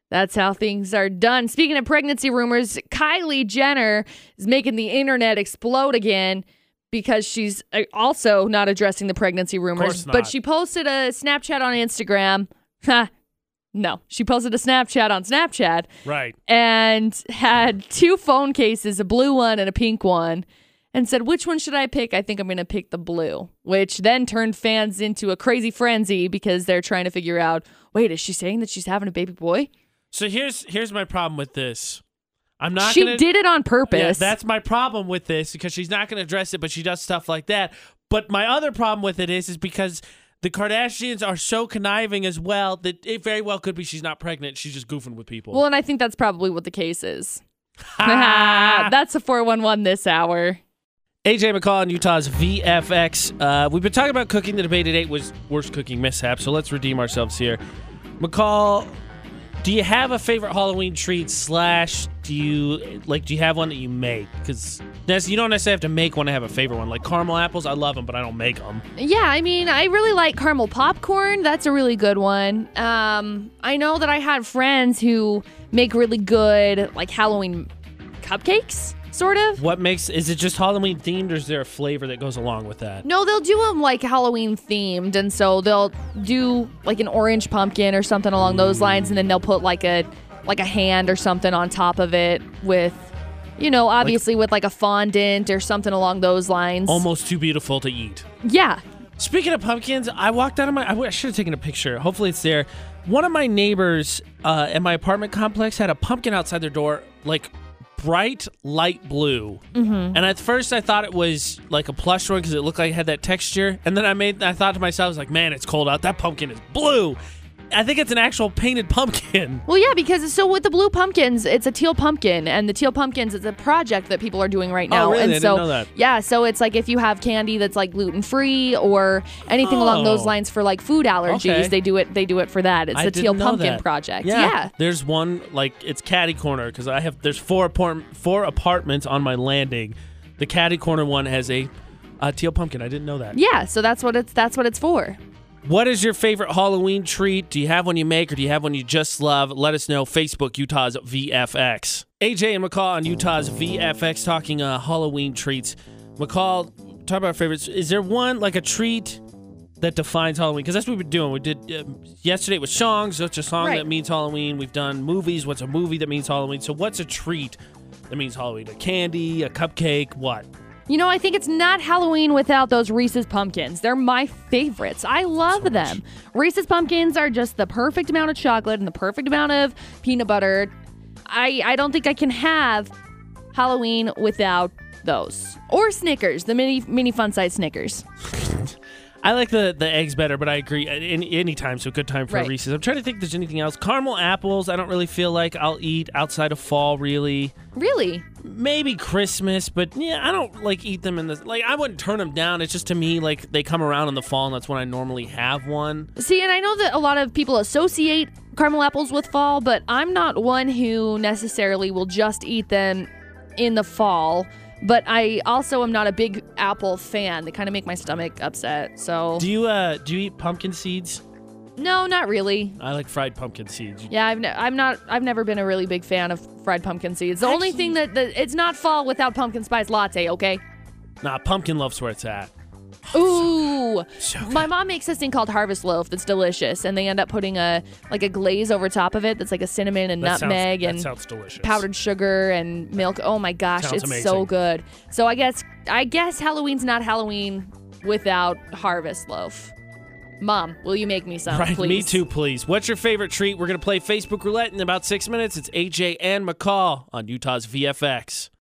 A: That's how things are done. Speaking of pregnancy rumors, Kylie Jenner is making the internet explode again because she's uh, also not addressing the pregnancy rumors.
B: course
A: But
B: not.
A: she posted a Snapchat on Instagram. [LAUGHS] Ha. no, she posted a Snapchat on Snapchat
B: Right.
A: and had two phone cases, a blue one and a pink one, and said, Which one should I pick? I think I'm going to pick the blue, which then turned fans into a crazy frenzy because they're trying to figure out wait, is she saying that she's having a baby boy?
B: So here's here's my problem with this. I'm not
A: she
B: gonna
A: did it on
B: Yeah,
A: purpose.
B: that's my problem with this because she's not going to address it, but she does stuff like that. But my other problem with it is, is because the Kardashians are so conniving as well that it very well could be she's not pregnant. She's just goofing with people. [LAUGHS]
A: well, and I think that's probably what the case is.
B: Ah.
A: [LAUGHS] that's a 411 this hour.
B: AJ McCall in Utah's VFX. Uh, we've been talking about cooking. The debate at eight was worst cooking mishap. So let's redeem ourselves here. McCall, Do you have a favorite Halloween treat slash do you like do you have one that you make? Because you don't necessarily have to make one to have a favorite one. Like caramel apples, I love them, but I don't make them.
A: Yeah, I mean, I really like caramel popcorn. That's a really good one. Um, I know that I had friends who make really good like Halloween cupcakes, sort of.
B: What makes is it just Halloween themed, or is there a flavor that goes along with that?
A: No, they'll do them like Halloween themed, and so they'll do like an orange pumpkin or something along those lines, and then they'll put like a like a hand or something on top of it with, you know, obviously with like a fondant or something along those lines.
B: Almost too beautiful to eat.
A: Yeah,
B: Speaking of pumpkins, I walked out of my. I, w- I should have taken a picture. Hopefully, it's there. One of my neighbors uh, at my apartment complex had a pumpkin outside their door, like bright light blue. And at first, I thought it was like a plush one because it looked like it had that texture. And then I made. I thought to myself, I was like, "Man, it's cold out. That pumpkin is blue." I think it's an actual painted pumpkin.
A: Well, yeah, because so with the blue pumpkins, it's a teal pumpkin, and the teal pumpkins is a project that people are doing right now.
B: Oh, really? I
A: And
B: didn't
A: so,
B: know that.
A: yeah, so it's like if you have candy that's like gluten free or anything along
B: Oh.
A: those lines for like food allergies,
B: Okay.
A: they do it. They do it for that. It's
B: I
A: the teal
B: didn't know
A: pumpkin
B: that.
A: project.
B: There's one like it's Caddy Corner because I have there's four apart four apartments on my landing. The Caddy Corner one has a uh, teal pumpkin. I didn't know that.
A: yeah, So that's what it's that's what it's for.
B: What is your favorite Halloween treat? Do you have one you make or do you have one you just love? Let us know. Facebook Utah's VFX. AJ and McCall on Utah's VFX talking uh, Halloween treats. McCall, talk about favorites. Is there one like a treat that defines Halloween? Because that's what we've been doing. We did uh, yesterday was songs. What's a song
A: Right.
B: that means Halloween? We've done movies. What's a movie that means Halloween? So what's a treat that means Halloween? A candy, a cupcake, what?
A: You know, I think it's not Halloween without those Reese's pumpkins. They're my favorites. I love them. Reese's pumpkins are just the perfect amount of chocolate and the perfect amount of peanut butter. I I don't think I can have Halloween without those or Snickers, the mini mini fun size Snickers.
B: I like the the eggs better, but I agree. uh, Any anytime, so good time for
A: Right.
B: Reese's. I'm trying to think if there's anything else. Caramel apples. I don't really feel like I'll eat outside of fall. Really,
A: Really?
B: maybe Christmas, but yeah, I don't like eat them in the like. I wouldn't turn them down. It's just to me like they come around in the fall, and that's when I normally have one.
A: See, and I know that a lot of people associate caramel apples with fall, but I'm not one who necessarily will just eat them in the fall. But I also am not a big apple fan. They kind of make my stomach upset. So,
B: Do you uh do you eat pumpkin seeds?
A: no, not really.
B: I like fried pumpkin seeds.
A: Yeah, I've ne- I'm not. I've never been a really big fan of fried pumpkin seeds. The only
B: Actually-
A: thing that, that it's not fall without pumpkin spice latte.
B: [SIGHS]
A: Okay.
B: Nah, pumpkin love's where it's at.
A: Ooh.
B: So good.
A: My mom makes this thing called harvest loaf that's delicious, and they end up putting a like a glaze over top of it that's like a cinnamon and
B: That sounds-
A: nutmeg and
B: that sounds delicious.
A: powdered sugar and milk. Oh my gosh,
B: Sounds
A: it's
B: amazing.
A: so good. So I guess I guess Halloween's not Halloween without harvest loaf. Mom, will you make me some,
B: Right,
A: please?
B: me too, please. What's your favorite treat? We're gonna play Facebook Roulette in about six minutes. It's AJ and McCall on Utah's VFX.